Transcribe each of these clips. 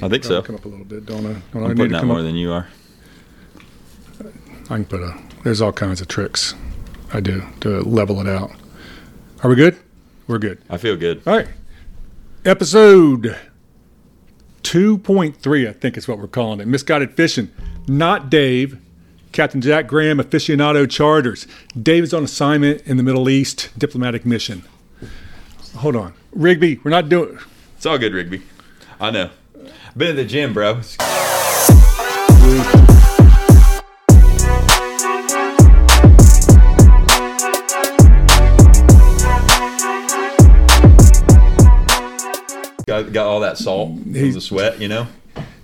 I think so. Come up a little bit, don't I? Don't I I'm need putting to out come more up? than you are. I can put a. There's all kinds of tricks I do to level it out. Are we good? We're good. I feel good. All right. Episode 2.3, I think is what we're calling it. Misguided Fishing. Not Dave. Captain Jack Graham, aficionado charters. Dave is on assignment in the Middle East, diplomatic mission. Hold on. Rigby, we're not doing. It's all good, Rigby. I know. Been at the gym, bro. Got, got all that salt from the sweat, you know.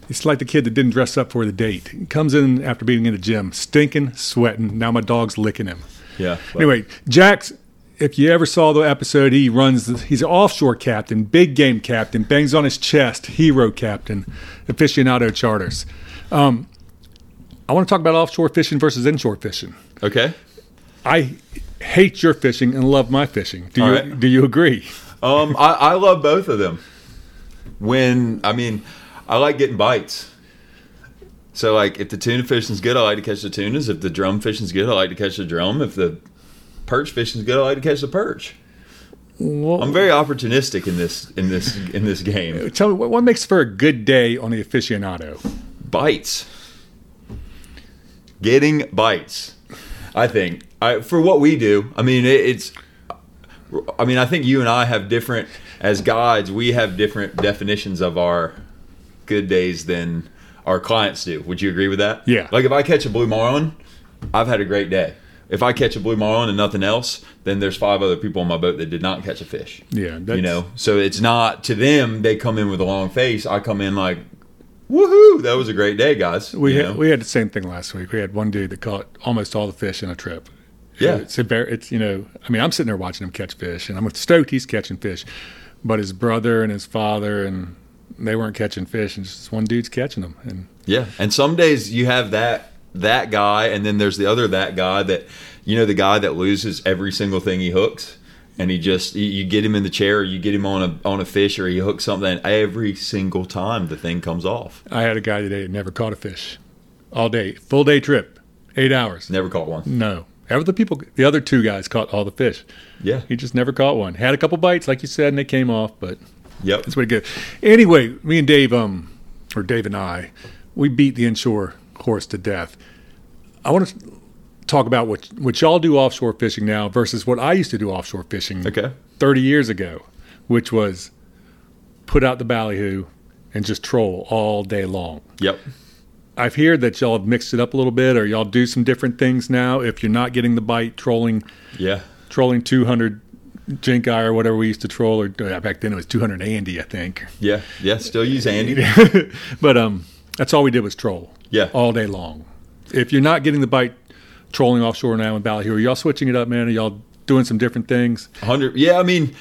It's like the kid that didn't dress up for the date. Comes in after being in the gym, stinking, sweating. Now my dog's licking him. Yeah. but- Anyway, Jack's. If you ever saw the episode, he runs. He's an offshore captain, big game captain, bangs on his chest, hero captain, aficionado charters. Um, I want to talk about offshore fishing versus inshore fishing. Okay. I hate your fishing and love my fishing. Do All you right. do you agree? Um, I, I love both of them. When I mean, I like getting bites. So like, if the tuna fishing's good, I like to catch the tunas. If the drum fishing's good, I like to catch the drum. If the perch fishing's good, I like to catch the perch. Well, I'm very opportunistic in this in this in this game. tell me what, what makes for a good day on the aficionado. Bites, getting bites. I think I, for what we do. I mean, it, it's. I mean, I think you and I have different as guides. We have different definitions of our good days than our clients do. Would you agree with that? Yeah. Like if I catch a blue marlin, I've had a great day. If I catch a blue marlin and nothing else, then there's five other people on my boat that did not catch a fish. Yeah, that's- you know, so it's not to them. They come in with a long face. I come in like, woohoo! That was a great day, guys. We you had, know? we had the same thing last week. We had one dude that caught almost all the fish in a trip. Yeah. it's embar- it's you know I mean I'm sitting there watching him catch fish and I'm stoked he's catching fish, but his brother and his father and they weren't catching fish and just one dude's catching them and Yeah, and some days you have that that guy, and then there's the other that guy that you know the guy that loses every single thing he hooks, and he just you, you get him in the chair, or you get him on a on a fish, or he hooks something, and every single time the thing comes off. I had a guy today that never caught a fish, all day full day trip, eight hours. Never caught one. No, ever the people the other two guys caught all the fish. Yeah. He just never caught one. Had a couple bites like you said and they came off, but Yep. That's pretty good. Anyway, me and Dave, um, or Dave and I, we beat the inshore horse to death. I want to talk about what what y'all do offshore fishing now versus what I used to do offshore fishing Okay. 30 years ago, which was put out the ballyhoo and just troll all day long. Yep. I've heard that y'all have mixed it up a little bit, or y'all do some different things now. If you're not getting the bite, trolling Yeah. trolling 200 jink eye or whatever we used to troll, or uh, back then it was 200 Andy, I think. Yeah. Yeah. Still use Andy. but um, that's all we did was troll. Yeah. all day long. If you're not getting the bite trolling offshore now in Ballyhoo, are y'all switching it up, man? Are y'all doing some different things? Hundred. Yeah. I mean,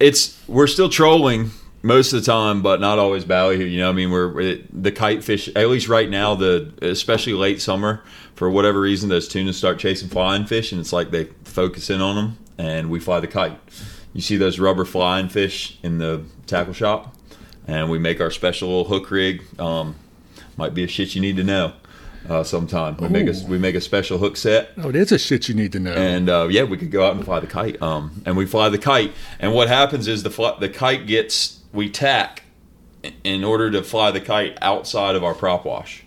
it's we're still trolling most of the time, but not always ballyhoo. You know, I mean, we're it, the kite fish. At least right now, the especially late summer, for whatever reason, those tuna start chasing flying fish, and it's like they focus in on them, and we fly the kite. You see those rubber flying fish in the tackle shop, and we make our special little hook rig. Um, might be a shit you need to know. Uh, sometime we make a we make a special hook set Oh, it is a shit you need to know. and uh, yeah, we could go out and fly the kite. Um, and we fly the kite, and what happens is the fly, the kite gets we tack in order to fly the kite outside of our prop wash.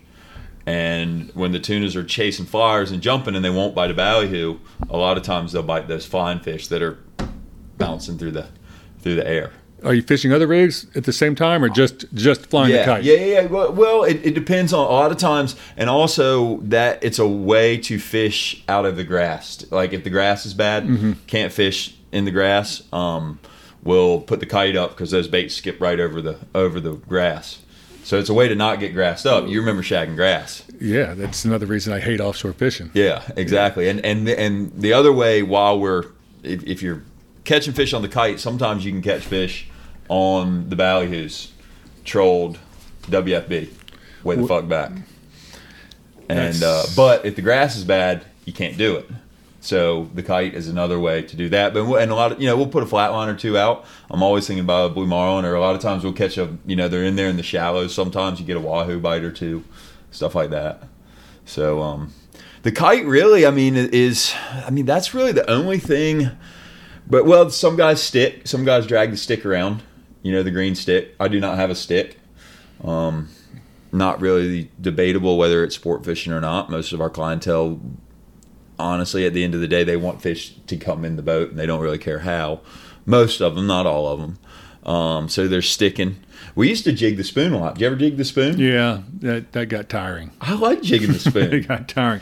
And when the tunas are chasing flyers and jumping, and they won't bite a ballyhoo, a lot of times they'll bite those flying fish that are bouncing through the through the air. are you fishing other rigs at the same time, or just just flying yeah, the kite? Yeah, yeah, yeah. Well, well, it, it depends on a lot of times, and also that it's a way to fish out of the grass. Like if the grass is bad, Mm-hmm. can't fish in the grass. Um, we'll put the kite up because those baits skip right over the over the grass. So it's a way to not get grassed up. You remember shagging grass. Yeah, that's another reason I hate offshore fishing. Yeah, exactly. And and and the other way, while we're if, if you're catching fish on the kite, sometimes you can catch fish on the ballyhoos, trolled, WFB, way the fuck back. And uh, That's- but if the grass is bad, you can't do it. So the kite is another way to do that. But we'll- and a lot of you know we'll put a flatline or two out. I'm always thinking about a blue marlin, or a lot of times we'll catch a you know they're in there in the shallows. Sometimes you get a wahoo bite or two, stuff like that. So um, the kite really, I mean, is I mean that's really the only thing. But well, some guys stick, some guys drag the stick around. You know the green stick. I do not have a stick. Um, not really debatable whether it's sport fishing or not. Most of our clientele, honestly, at the end of the day, they want fish to come in the boat and they don't really care how. Most of them, not all of them. Um, so they're sticking. We used to jig the spoon a lot. Did you ever jig the spoon? Yeah, that that got tiring. I like jigging the spoon. it got tiring.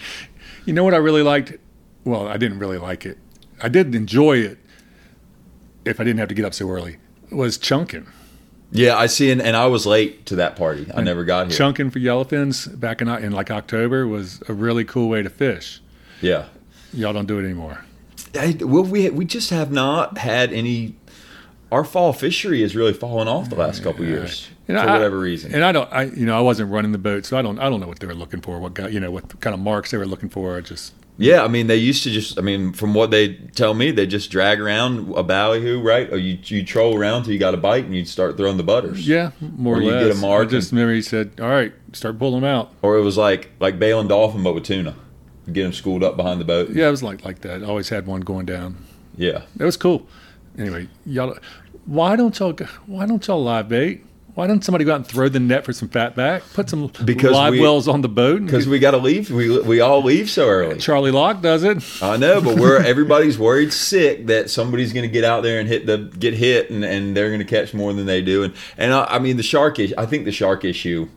You know what I really liked? Well, I didn't really like it. I did enjoy it if I didn't have to get up so early. Was chunking. Yeah, I see, and, and I was late to that party. I never got here. Chunking for yellowfins back in, in like October was a really cool way to fish. Yeah, Y'all don't do it anymore. I, well, we we just have not had any. Our fall fishery has really fallen off the last couple years Oh You know, for I- whatever reason. And I don't, I you know, I wasn't running the boat, so I don't, I don't know what they were looking for. What guy, you know, what kind of marks they were looking for. I just, Yeah, I mean, they used to just. I mean, from what they tell me, they just drag around a ballyhoo, right? Or you you troll around till you got a bite, and you start throwing the butters. yeah, more Or or, you less. get a mark I just remember he said, "All right, start pulling them out." Or it was like like bailing dolphin, but with tuna. Get them schooled up behind the boat. Yeah, it was like like that. I always had one going down. Yeah. That was cool. Anyway, y'all, why don't y'all? go- Why don't y'all live bait? Why don't somebody go out and throw the net for some fat back? Put some Because live we- wells on the boat. and Because we got to leave. We we all leave so early. Charlie Locke does it. I know, but we're everybody's worried sick that somebody's going to get out there and hit the get hit, and, and they're going to catch more than they do. And and I, I mean the shark issue. I think the shark issue,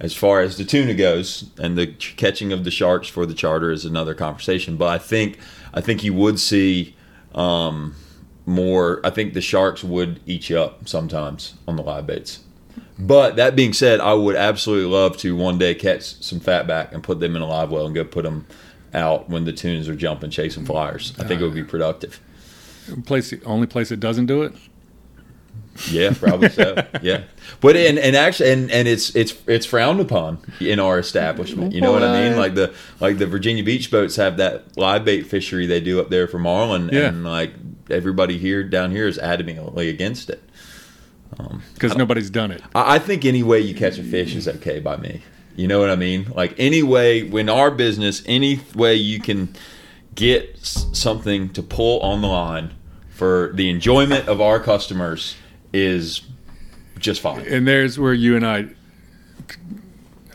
as far as the tuna goes, and the ch- catching of the sharks for the charter is another conversation. But I think I think you would see um, more. I think the sharks would eat you up sometimes on the live baits. But that being said, I would absolutely love to one day catch some fatback and put them in a live well and go put them out when the tunes are jumping, chasing flyers. I think it would be productive. Place the only place that doesn't do it. Yeah, probably so. Yeah, but and and actually and and it's it's it's frowned upon in our establishment. You know what I mean? What? Like the like the Virginia beach boats have that live bait fishery they do up there for marlin, Yeah. and like everybody here down here is adamantly against it. because nobody's done it. I, I think any way you catch a fish is okay by me. You know what I mean? Like any way, when our business, any way you can get s- something to pull on the line for the enjoyment of our customers is just fine. And there's where you and I,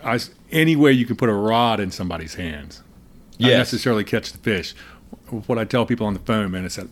I s- any way you can put a rod in somebody's hands, not Yes. necessarily catch the fish. What I tell people on the phone, man, is that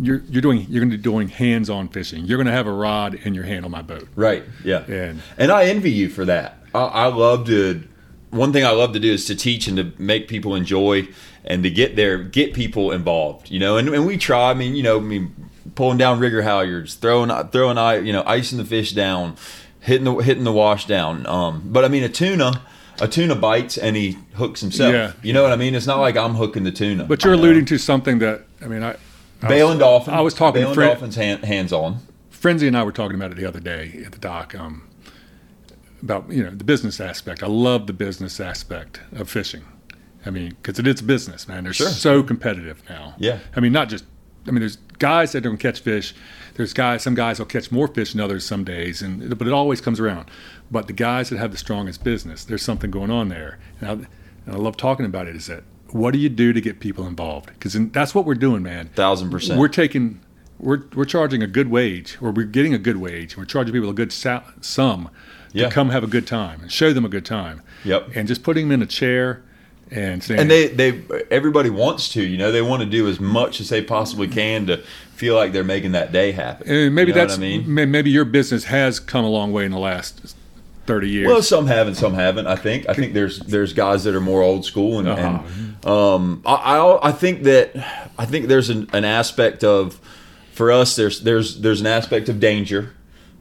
you're you're doing you're going to be doing hands-on fishing. You're going to have a rod in your hand on my boat. Right. Yeah. And- and I envy you for that. I, I love to. One thing I love to do is to teach and to make people enjoy and to get there, get people involved. You know, and, and we try. I mean, you know, I mean, pulling down rigger halyards, throwing throwing I you know icing the fish down, hitting the hitting the wash down. Um, but I mean, a tuna. A tuna bites and he hooks himself. Yeah. You know what I mean? It's not like I'm hooking the tuna. But you're you know? alluding to something that I mean, I, I Bailing was, dolphin. I was talking to Bailing Fred- dolphins hand, hands on. Frenzy and I were talking about it the other day at the dock. Um, about you know the business aspect. I love the business aspect of fishing. I mean, because it is a business, man. They're Sure. so competitive now. Yeah. I mean, not just. I mean, there's guys that don't catch fish. There's guys. Some guys will catch more fish than others some days, and but it always comes around. But the guys that have the strongest business, there's something going on there. And I, and I love talking about it. Is that what do you do to get people involved? Because that's what we're doing, man Thousand percent. we're taking we're we're charging a good wage or we're getting a good wage we're charging people a good sa- sum to Yeah. come have a good time and show them a good time Yep. and just putting them in a chair and saying and they they everybody wants to you know they want to do as much as they possibly can to feel like they're making that day happen and "Eh, maybe You know what that's i mean may- maybe your business has come a long way in the last 30 years well some have and some haven't i think i think there's there's guys that are more old school and, Uh-huh. and um I, I i think that i think there's an, an aspect of for us there's there's there's an aspect of danger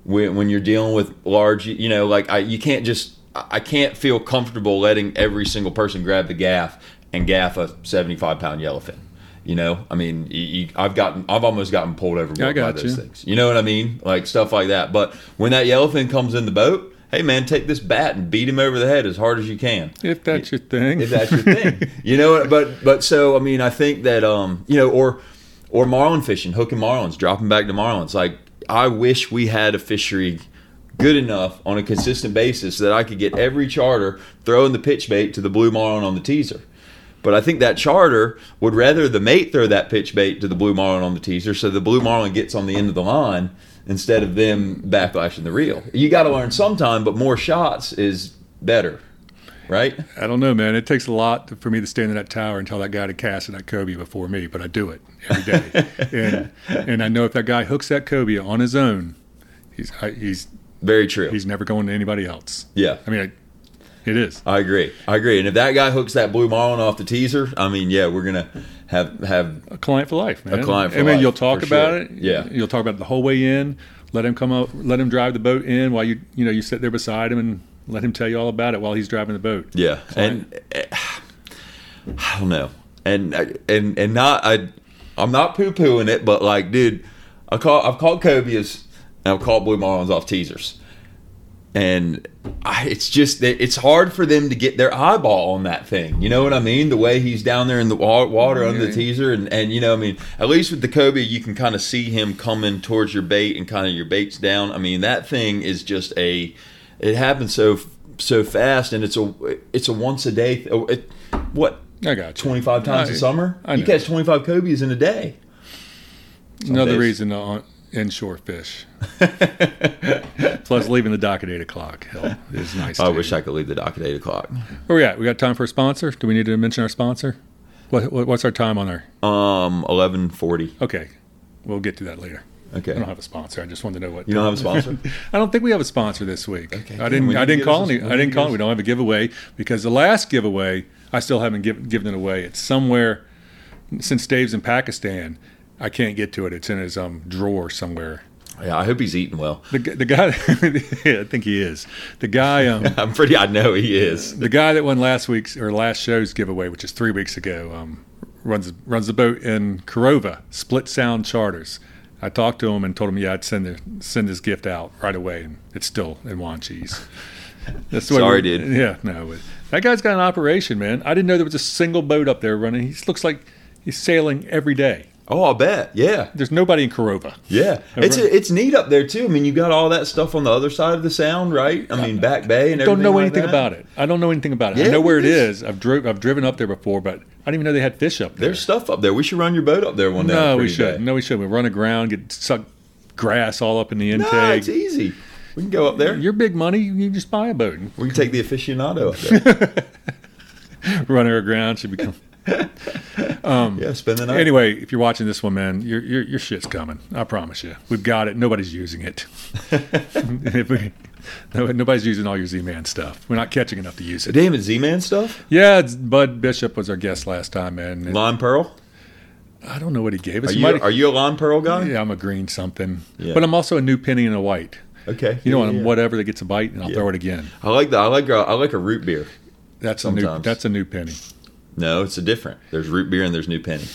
when, when you're dealing with large you know like i you can't just i I can't feel comfortable letting every single person grab the gaff and gaff a 75 pound yellowfin you know i mean you, you, i've gotten i've almost gotten pulled over I got by those you. things you know what i mean like stuff like that but when that yellowfin comes in the boat hey man, take this bat and beat him over the head as hard as you can. If that's your thing. If that's your thing, you know. But but so I mean, I think that um, you know, or or marlin fishing, hooking marlins, dropping back to marlins. Like I wish we had a fishery good enough on a consistent basis that I could get every charter throwing the pitch bait to the blue marlin on the teaser. But I think that charter would rather the mate throw that pitch bait to the blue marlin on the teaser, so the blue marlin gets on the end of the line instead of them backlashing the reel. You got to learn sometime, but more shots is better, right? I don't know, man. It takes a lot to- for me to stand in that tower and tell that guy to cast that Kobe before me, but I do it every day. and, and I know if that guy hooks that Kobe on his own, he's I, he's Very true. he's never going to anybody else. yeah. I mean, I, it is. I agree. I agree. And if that guy hooks that blue marlin off the teaser, I mean, yeah, we're gonna have have a client for life, man. client for I mean, life, you'll talk for about sure. it. Yeah. you'll talk about it the whole way in. Let him come up. Let him drive the boat in while you you know you sit there beside him and let him tell you all about it while he's driving the boat. yeah. And eh, I don't know. And eh, and and not I, I'm not poo pooing it, but like, dude, I call I've called Cobias and I've called blue marlins off teasers, and I, it's just that it's hard for them to get their eyeball on that thing. You know what I mean? The way he's down there in the wa- water under the Yeah. teaser, and and you know, I mean, at least with the Kobe, you can kind of see him coming towards your bait and kind of your bait's down. I mean, that thing is just a. It happens so so fast, and it's a it's a once a day. th- oh, It, what I got you. 25 times I- a summer. I You know. catch 25 Kobe's in a day. Another days. reason to on, inshore fish. Plus, leaving the dock at eight o'clock hell, is nice. I too. wish I could leave the dock at 8 o'clock. Where we at? We got time for a sponsor? Do we need to mention our sponsor? What, what what's our time on our? Um, 11.40. Okay, we'll get to that later. I Okay. don't have a sponsor. I just wanted to know what You don't have a sponsor? I don't think we have a sponsor this week. Okay, I good. didn't. We need I to didn't give us call a- any. we I need to didn't give call. us- We don't have a giveaway because the last giveaway I still haven't give, given it away. It's somewhere since Dave's in Pakistan. I can't get to it. It's in his um, drawer somewhere. yeah, I hope he's eating well. The, gu- the guy. yeah, I think he is. The guy. Um, I'm pretty, I know he is. the guy that won last week's or last show's giveaway, which is three weeks ago, um, runs runs the boat in Corova, Split Sound Charters. I talked to him and told him, yeah, I'd send the, send this gift out right away, and it's still in Wanchese. That's what Sorry, we- dude. Yeah, no, but that guy's got an operation, man. I didn't know there was a single boat up there running. He just looks like he's sailing every day. Oh, I bet. Yeah. There's nobody in Corova. Yeah. It's it's neat up there, too. I mean, you got all that stuff on the other side of the sound, right? I mean, Back Bay and Don't everything. know like anything that. about it. I don't know anything about it. Yeah, I know where it it is. is. I've drove. I've driven up there before, but I didn't even know they had fish up there. There's stuff up there. We should run your boat up there one day. No, for we you should. day. No, we should. We run aground, get sucked grass all up in the No, intake. it's easy. We can go up there. Your big money, you can just buy a boat and We can take the aficionado up there. run her aground. Should become yeah, spend the night. Um, anyway. If you're watching this one, man, your your your shit's coming. I promise you. We've got it. Nobody's using it. If we- no- nobody's using all your Z-Man stuff. We're not catching enough to use it. Damn it, Z-Man stuff? Yeah, it's Bud Bishop was our guest last time, man. and Lime Pearl? I don't know what he gave us. Are He you, might- are you a Lime Pearl guy? yeah, I'm a green something, Yeah. but I'm also a new penny and a white. Okay. You know, Yeah, and yeah. whatever that gets a bite, and I'll throw it again. I like that. I like uh, I like a root beer. That's a new. Sometimes. That's a new penny. No, it's a different. There's root beer and there's new penny.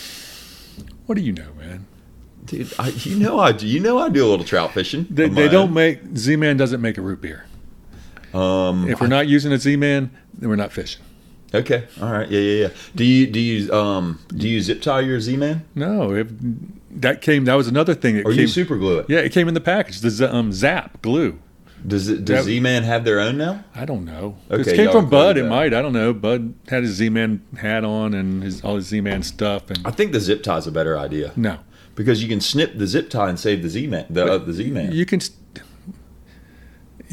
What do you know, man? Dude, I, you know I do. You know I do a little trout fishing. They, of they my don't make Z Man doesn't make a root beer. own. Um. If we're not using a Z Man, then we're not fishing. Okay. All right. Yeah. Yeah. Yeah. Do you do you um do you zip tie your Z man No, if that came, that was another thing that or came. you super glue it? yeah, it came in the package. The Z- um, Zap glue. Does it, does That- Z man have their own now? I don't know. Okay, it came y'all from included Bud. It that. might. I don't know. Bud had his Z Man hat on and his all his Z Man stuff. And I think the zip tie's a better idea no, because you can snip the zip tie and save the Z man the uh, the Z man. you can. St-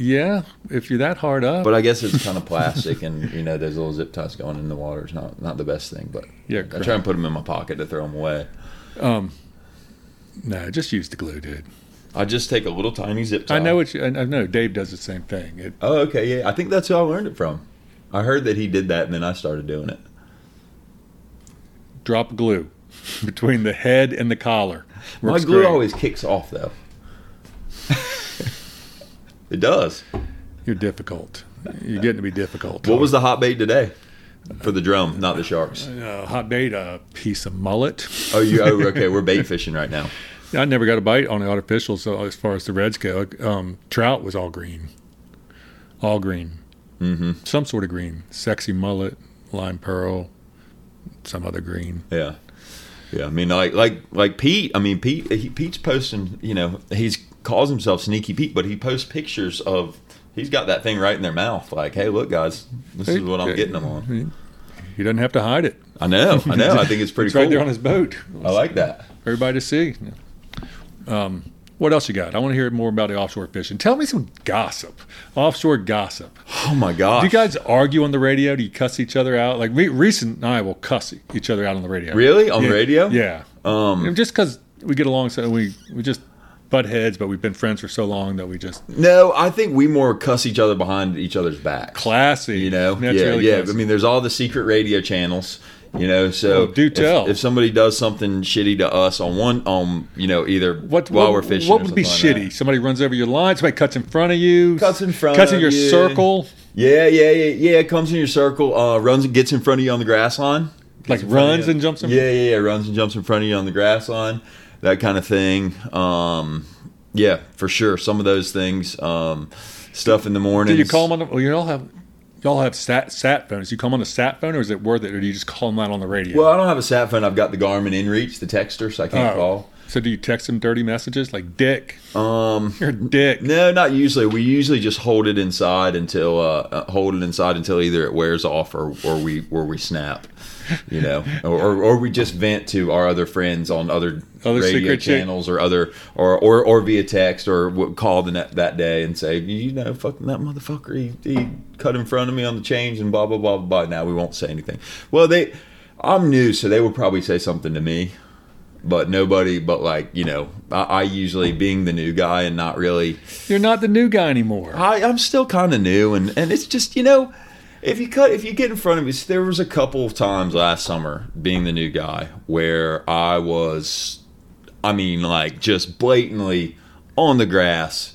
yeah, if you're that hard up. But I guess it's kind of plastic, and you know, those little zip ties going in the water is not not the best thing. But Yeah, I try and put them in my pocket to throw them away. no, just use the glue, dude. I just take a little tiny zip tie. I know what you. I I know Dave does the same thing. It, Oh, okay, yeah. I think that's who I learned it from. I heard that he did that, and then I started doing it. drop glue between the head and the collar. my Works glue great. always kicks off, though. it does. You're difficult. You're getting to be difficult. What was the hot bait today for the drum, not the sharks? uh, hot bait? A piece of mullet. Oh, you? Oh, okay. We're bait fishing right now. I never got a bite on the artificial. So as far as the reds go, um, trout was all green. all green, Mm-hmm. some sort of green, sexy mullet, lime pearl, some other green. Yeah. Yeah, I mean, like, like, like Pete. I mean, Pete. He, Pete's posting. You know, he's calls himself Sneaky Pete, but he posts pictures of. He's got that thing right in their mouth. Like, hey, look, guys, this is what I'm getting them on. He doesn't have to hide it. I know, I know. I think it's pretty It's cool. right there on his boat. I like that. everybody to see. Um, what else you got? I want to hear more about the offshore fishing. Tell me some gossip, offshore gossip. Oh my god! Do you guys argue on the radio? Do you cuss each other out? Like re- recent and I will cuss each other out on the radio. really on Yeah. radio? Yeah. Um, And just because we get along, so we we just butt heads, but we've been friends for so long that we just no, I think we more cuss each other behind each other's back. classy. you know That's yeah really yeah classy. i mean there's all the secret radio channels you know so Oh, do if- tell. if, somebody does something shitty to us on one on you know either what while what- we're fishing What or would be shitty? something like that. Somebody runs over your line. Somebody cuts in front of you. Cuts in front Cuts in of your you. circle. yeah yeah yeah yeah it comes in your circle uh runs and gets in front of you on the grass line Like in front of runs you. and jumps in- yeah yeah yeah runs and jumps in front of you on the grass line that kind of thing um yeah for sure some of those things um stuff in the morning Do you call them on the? Well, you all have y'all have sat sat phones. You call them on the sat phone, or is it worth it, or do you just call them out on the radio? well i don't have a sat phone i've got the garmin inreach the texter so i can't call So do you text them dirty messages like "dick"? um You're a dick. No, not usually. We usually just hold it inside until uh, uh, hold it inside until either it wears off or, or we or we snap, you know, or, or or we just vent to our other friends on other, Other radio secret cha- channels or other or, or or via text or w- call the net that day and say you know fucking that motherfucker he, he cut in front of me on the change and blah blah blah blah. blah. Now we won't say anything. Well, they I'm new, so they would probably say something to me but nobody but like you know i, I usually being the new guy and not really You're not the new guy anymore. I, i'm still kind of new and and it's just you know if you cut if you get in front of me there was a couple of times last summer being the new guy where i was i mean like just blatantly on the grass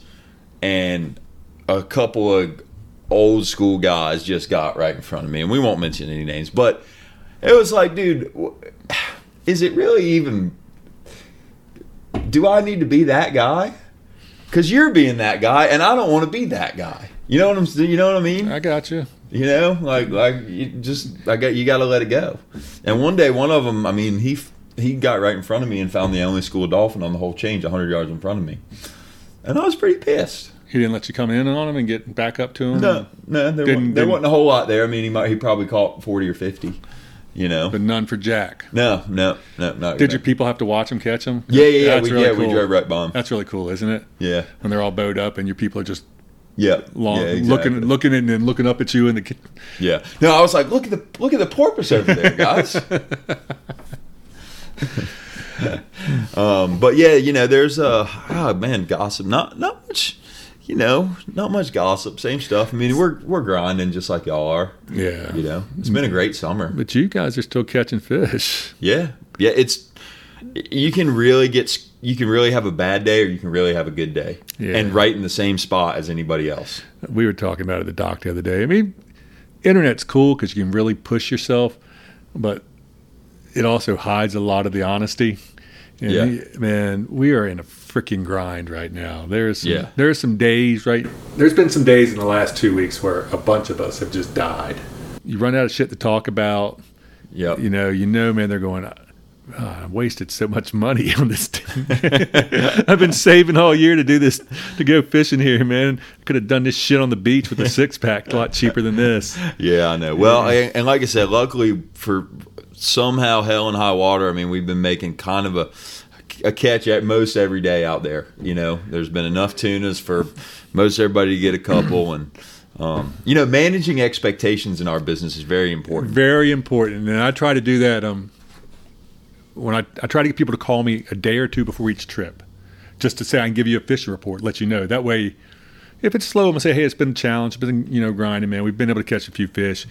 and a couple of old school guys just got right in front of me and we won't mention any names but it was like dude w- is it really even do i need to be that guy because you're being that guy and i don't want to be that guy you know what i'm s- you know what i mean I got you. you know like like you just i got you got to let it go and one day one of them i mean he f- he got right in front of me and found the only school dolphin on the whole change 100 yards in front of me and i was pretty pissed He didn't let you come in on him and get back up to him. no, no, there, Didn't- wasn't, there didn't- wasn't a whole lot there. I mean, he might he probably caught forty or fifty. You know, but none for Jack. no, no, no, no. Did your people have to watch him catch him? Yeah, yeah, yeah. That's We, really yeah, cool. we drove right by him. That's really cool, isn't it? Yeah, When they're all bowed up and your people are just yeah, long, yeah, exactly. looking, looking, and then looking up at you, and the kid- Yeah. No, I was like, look at the look at the porpoise over there, guys. um, but yeah, you know, there's uh, oh man, gossip. Not not much. You know, not much gossip. Same stuff. I mean, we're we're grinding just like y'all are. yeah. You know, it's been a great summer. But you guys are still catching fish. Yeah, yeah. It's you can really get you can really have a bad day or you can really have a good day, Yeah. and right in the same spot as anybody else. we were talking about it at the dock the other day. I mean, internet's cool because you can really push yourself, but it also hides a lot of the honesty. And Yeah. we- man, we are in a freaking grind right now. There's some, Yeah. there's some days right. There's been some days in the last two weeks where a bunch of us have just died. You run out of shit to talk about. Yep. You know, you know, man. They're going. "Ah, I wasted so much money on this. thing. I've been saving all year to do this, to go fishing here, man. Could have done this shit on the beach with a six pack, a lot cheaper than this. Yeah, I know. Well, I, and like I said, luckily for somehow hell and high water. I mean, we've been making kind of a a catch at most every day out there. You know, there's been enough tunas for most everybody to get a couple, and um, you know, managing expectations in our business is very important. Very important, and I try to do that. Um, when I I try to get people to call me a day or two before each trip, just to say I can give you a fishing report, let you know. That way, if it's slow, I'm gonna say, hey, it's been a challenge, been you know grinding, man. We've been able to catch a few fish.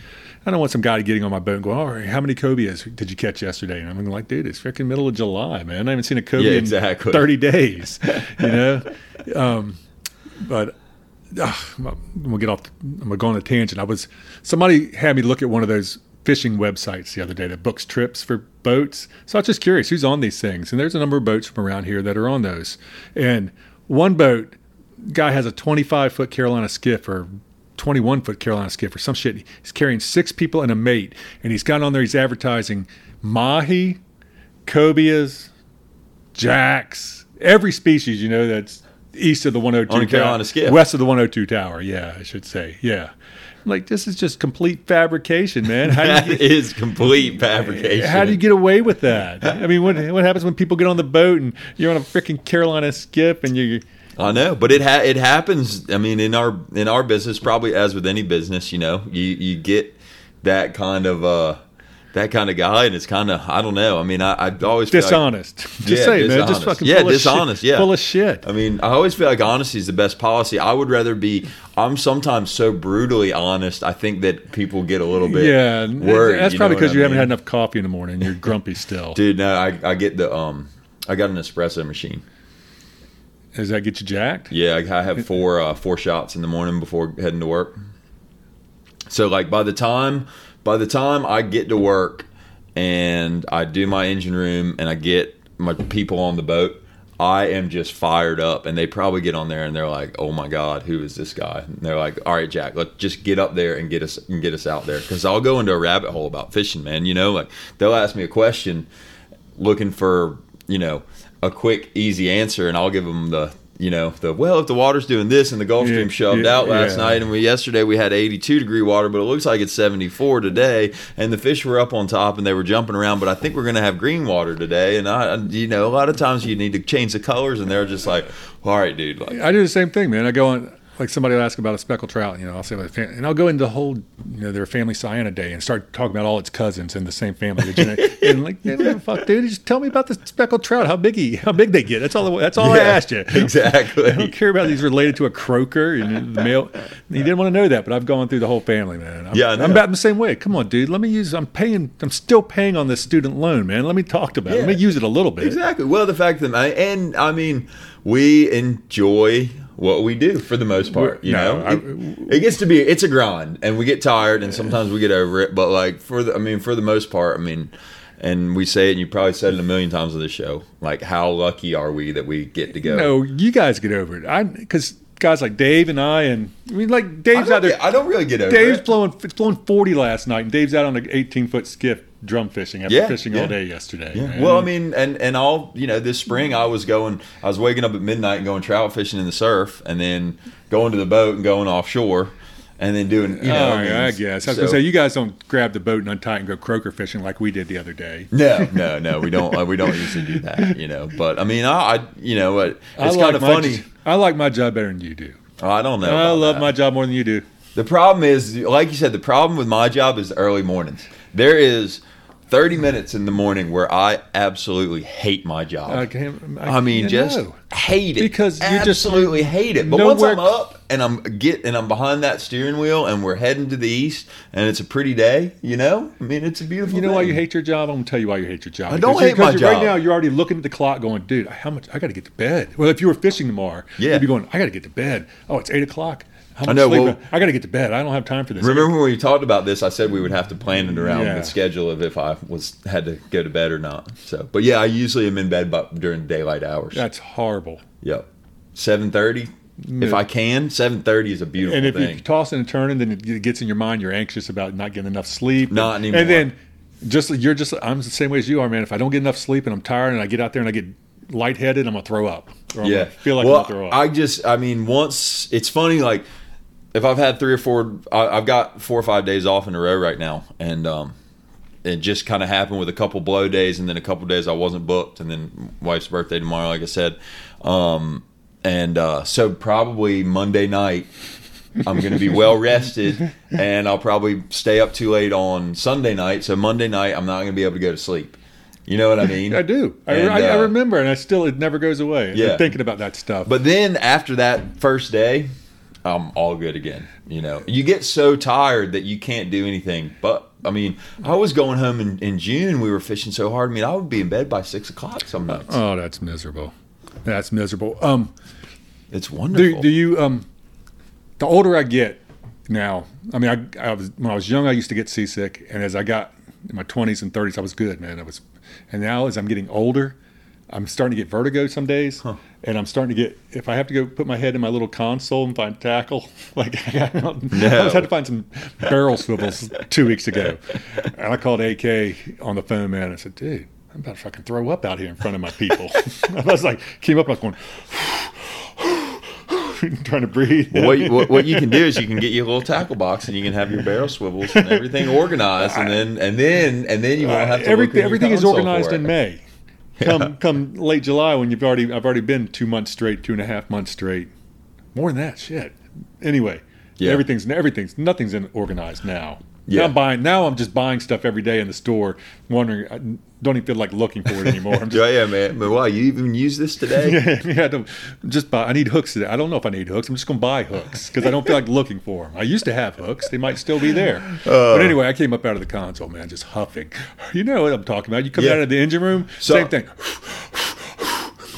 I don't want some guy getting on my boat and going, all right, how many cobias did you catch yesterday? And I'm like, dude, it's freaking middle of July, man. I haven't seen a cobia in Yeah, exactly. 30 days, you know. um, but ah, I'm gonna get off. I'm gonna go on a tangent. I was somebody had me look at one of those fishing websites the other day that books trips for boats. So I was just curious who's on these things, and there's a number of boats from around here that are on those. And one boat guy has a 25 foot Carolina skiff or 21 foot Carolina skiff or some shit. He's carrying six people and a mate, and he's got on there. He's advertising mahi, cobias, jacks, every species you know that's east of the 102 On a Carolina tower, skiff. west of the 102 tower. Yeah, I should say. Yeah, I'm like this is just complete fabrication, man. How do you That get- is complete fabrication. how do you get away with that? I mean, what what happens when people get on the boat and you're on a freaking Carolina skip and you I know, but it ha- it happens. I mean, in our in our business, probably as with any business, you know, you you get that kind of uh that kind of guy, and it's kind of I don't know. I mean, I, I always feel like- dishonest? Just Yeah, say, man, just dishonest. fucking Yeah, full of dishonest, Shit, yeah. full of shit. I mean, I always feel like honesty is the best policy. I would rather be. I'm sometimes so brutally honest. I think that people get a little bit Yeah, and worried. that's you know probably what because I you haven't mean? had enough coffee in the morning. You're grumpy still. Dude, no, I I get the um. I got an espresso machine. Does that get you jacked? Yeah, I I have four uh, four shots in the morning before heading to work. So like by the time by the time I get to work and I do my engine room and I get my people on the boat, I am just fired up. And they probably get on there and they're like, "Oh my god, who is this guy?" And they're like, "All right, Jack, let's just get up there and get us and get us out there because I'll go into a rabbit hole about fishing, man. You know, like they'll ask me a question looking for you know a quick easy answer and i'll give them the you know the well if the water's doing this and the gulf Yeah, stream shoved yeah, out last yeah. night and we yesterday we had 82 degree water but it looks like it's 74 today and the fish were up on top and they were jumping around but i think we're going to have green water today and i you know a lot of times you need to change the colors and they're just like all right dude like I do the same thing, man. I go on. Like somebody will ask about a speckled trout, you know, I'll say about the fam- and I'll go into the whole, you know, their family cyanidae and start talking about all its cousins in the same family. The genetic- and like, man, what the fuck, dude, just tell me about the speckled trout, how big he, how big they get. That's all. That's all I Yeah, asked you. I don't exactly care about these related to a croaker and the male. He didn't want to know that, but I've gone through the whole family, man. I'm, Yeah, I know. I'm about the same way. Come on, dude. Let me use. I'm paying. I'm still paying on this student loan, man. Let me talk about it. Yeah. Let me use it a little bit. exactly well the fact that I, and i mean we enjoy what we do for the most part you no, know I- it, it gets to be it's a grind and we get tired and sometimes we get over it but like for the i mean for the most part i mean and we say it and you probably said it a million times on this show like how lucky are we that we get to go No, you guys get over it. I because guys like Dave and I and I mean like I Dave's don't, out there. get, I don't really get over Dave's it blowing it's blowing forty last night, and Dave's out on an eighteen foot skiff drum fishing after Yeah, fishing yeah. all day yesterday. man. Well, I mean, and and all you know, this spring I was going, I was waking up at midnight and going trout fishing in the surf, and then going to the boat and going offshore, and then doing. You know, All I, right, mean, Oh, I guess. I was so- gonna say you guys don't grab the boat and untie it and go croaker fishing like we did the other day. No, no, no. We don't. uh, We don't usually do that, you know. But I mean, I, I you know, it, it's kind of my- funny. Oh, I like my job better than you do. I don't know. I about love that. my job more than you do. The problem is, like you said, the problem with my job is the early mornings. There is thirty minutes in the morning where I absolutely hate my job. I can't. I, I mean, you just know. hate it Because you just- absolutely hate it. But once nowhere- I'm up and I'm get and I'm behind that steering wheel and we're heading to the east and it's a pretty day, you know. I mean, it's a beautiful. You know why thing. you hate your job? I'm gonna tell you why you hate your job. I don't Because you- hate my because you- job. Right now, you're already looking at the clock, going, "Dude, how much? I got to get to bed." Well, if you were fishing tomorrow, Yeah. you'd be going, "I got to get to bed." Oh, it's eight o'clock. How much know, sleep? well- I got to get to bed. I don't have time for this. Remember when we talked about this? I said we would have to plan it around Yeah. the schedule of if I was had to go to bed or not. So, but yeah, I usually am in bed but during daylight hours. That's horrible. Yep, seven thirty. If I can, seven thirty is a beautiful And if thing. you toss and turn, and then it gets in your mind, you're anxious about not getting enough sleep. Not and, anymore. And then just you're just I'm the same way as you are, man. If I don't get enough sleep and I'm tired and I get out there and I get lightheaded, I'm gonna throw up. Or I'm yeah, gonna feel like well, I'm gonna throw up. I just, I mean, once it's funny. Like, if I've had three or four, I, I've got four or five days off in a row right now, and um, it just kind of happened with a couple blow days, and then a couple days I wasn't booked, and then wife's birthday tomorrow, like I said, um, and uh, so probably Monday night. I'm going to be well rested and I'll probably stay up too late on Sunday night. So, Monday night, I'm not going to be able to go to sleep. You know what I mean? I do. I, And, I, I uh, remember, and I still it never goes away. I'm Yeah. thinking about that stuff. But then after that first day, I'm all good again. You know, you get so tired that you can't do anything. But I mean, I was going home in, in June. We were fishing so hard. I mean, I would be in bed by six o'clock some nights. Oh, that's miserable. That's miserable. Um, It's do, wonderful. do you um, the older I get now, I mean, I, I was when I was young, I used to get seasick, and as I got in my twenties and thirties, I was good, man. I was, and now as I'm getting older, I'm starting to get vertigo some days, and I'm starting to get if I have to go put my head in my little console and find tackle, like I, don't, I No. always had to find some barrel swivels two weeks ago, and I called AK on the phone, man. I said, dude. I'm about to fucking throw up out here in front of my people. I was like, came up, I was going, trying to breathe. What, you- what, what you can do is you can get you a little tackle box and you can have your barrel swivels and everything organized and then and then and then you won't have to look in everything your everything is console organized for in it. May. Come come late July when you've already I've already been two months straight, two and a half months straight, more than that. Shit. Anyway, Yeah. everything's everything's nothing's in, organized now. Yeah. Now I'm buying. Now I'm just buying stuff every day in the store, wondering. I don't even feel like looking for it anymore. I'm just Yeah, yeah, man. But wow, you even use this today? yeah, yeah, I don't- just buy. I need hooks today. I don't know if I need hooks. I'm just going to buy hooks because I don't feel like looking for them. I used to have hooks. They might still be there. but Uh. anyway, I came up out of the console, man, just huffing. You know what I'm talking about. You come Yeah. out of the engine room, So- same thing.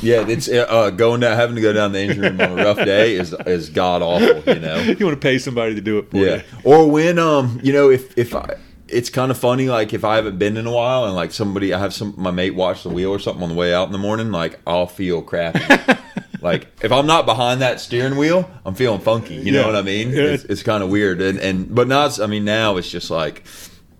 Yeah, it's uh, uh, going down, having to go down the engine room on a rough day is is god awful. You know, You want to pay somebody to do it for yeah. you. Or when um, you know, if if I, it's kind of funny, like if I haven't been in a while, and like somebody, I have some my mate watch the wheel or something on the way out in the morning, like I'll feel crappy. like if I'm not behind that steering wheel, I'm feeling funky. You Yeah. know what I mean? Yeah. It's, it's kind of weird, and and but now it's, I mean now it's just like.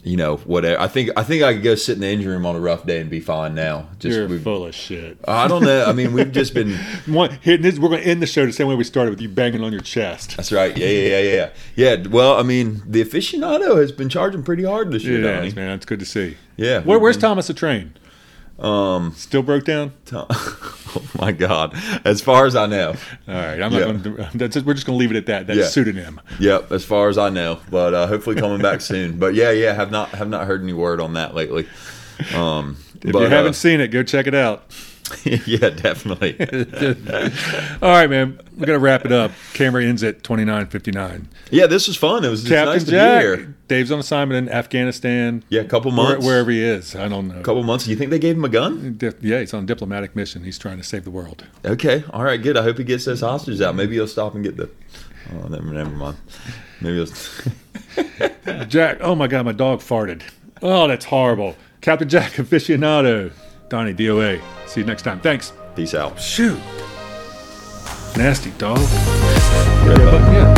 You know, whatever. I think I think I could go sit in the engine room on a rough day and be fine now. Just You're we've, full of shit. I don't know. I mean, we've just been One, here, this, we're going to end the show the same way we started with you banging on your chest. That's right. Yeah, yeah, yeah, yeah. Yeah. d- Well, I mean, the aficionado has been charging pretty hard this year, Yeah, Donnie. man, it's good to see. Yeah. Where, we've where's been- Thomas the Train? Um, Still broke down? Tom? oh my God! As far as I know, All right, I'm Yeah. not going to. That's it. We're just going to leave it at that. That's Yeah. pseudonym. yep. As far as I know, but uh, hopefully coming back soon. But yeah, yeah, have not have not heard any word on that lately. Um, If but, you uh, haven't seen it, go check it out. yeah, definitely. All right, man. We're gonna wrap it up. Camera ends at twenty nine fifty nine. Yeah, this was fun. It was it's Captain nice to Jack. be here. Dave's on assignment in Afghanistan. Yeah, a couple where, months. wherever he is, I don't know. couple months. You think they gave him a gun? Di- Yeah, he's on a diplomatic mission. He's trying to save the world. Okay. All right. Good. I hope he gets those hostages out. Maybe he'll stop and get the. Oh, never, never mind. Maybe he'll. Jack. Oh my God, my dog farted. Oh, that's horrible. Captain Jack aficionado. Donnie DOA. See you next time. Thanks. Peace out. Shoot. Nasty dog. Red button. Yeah.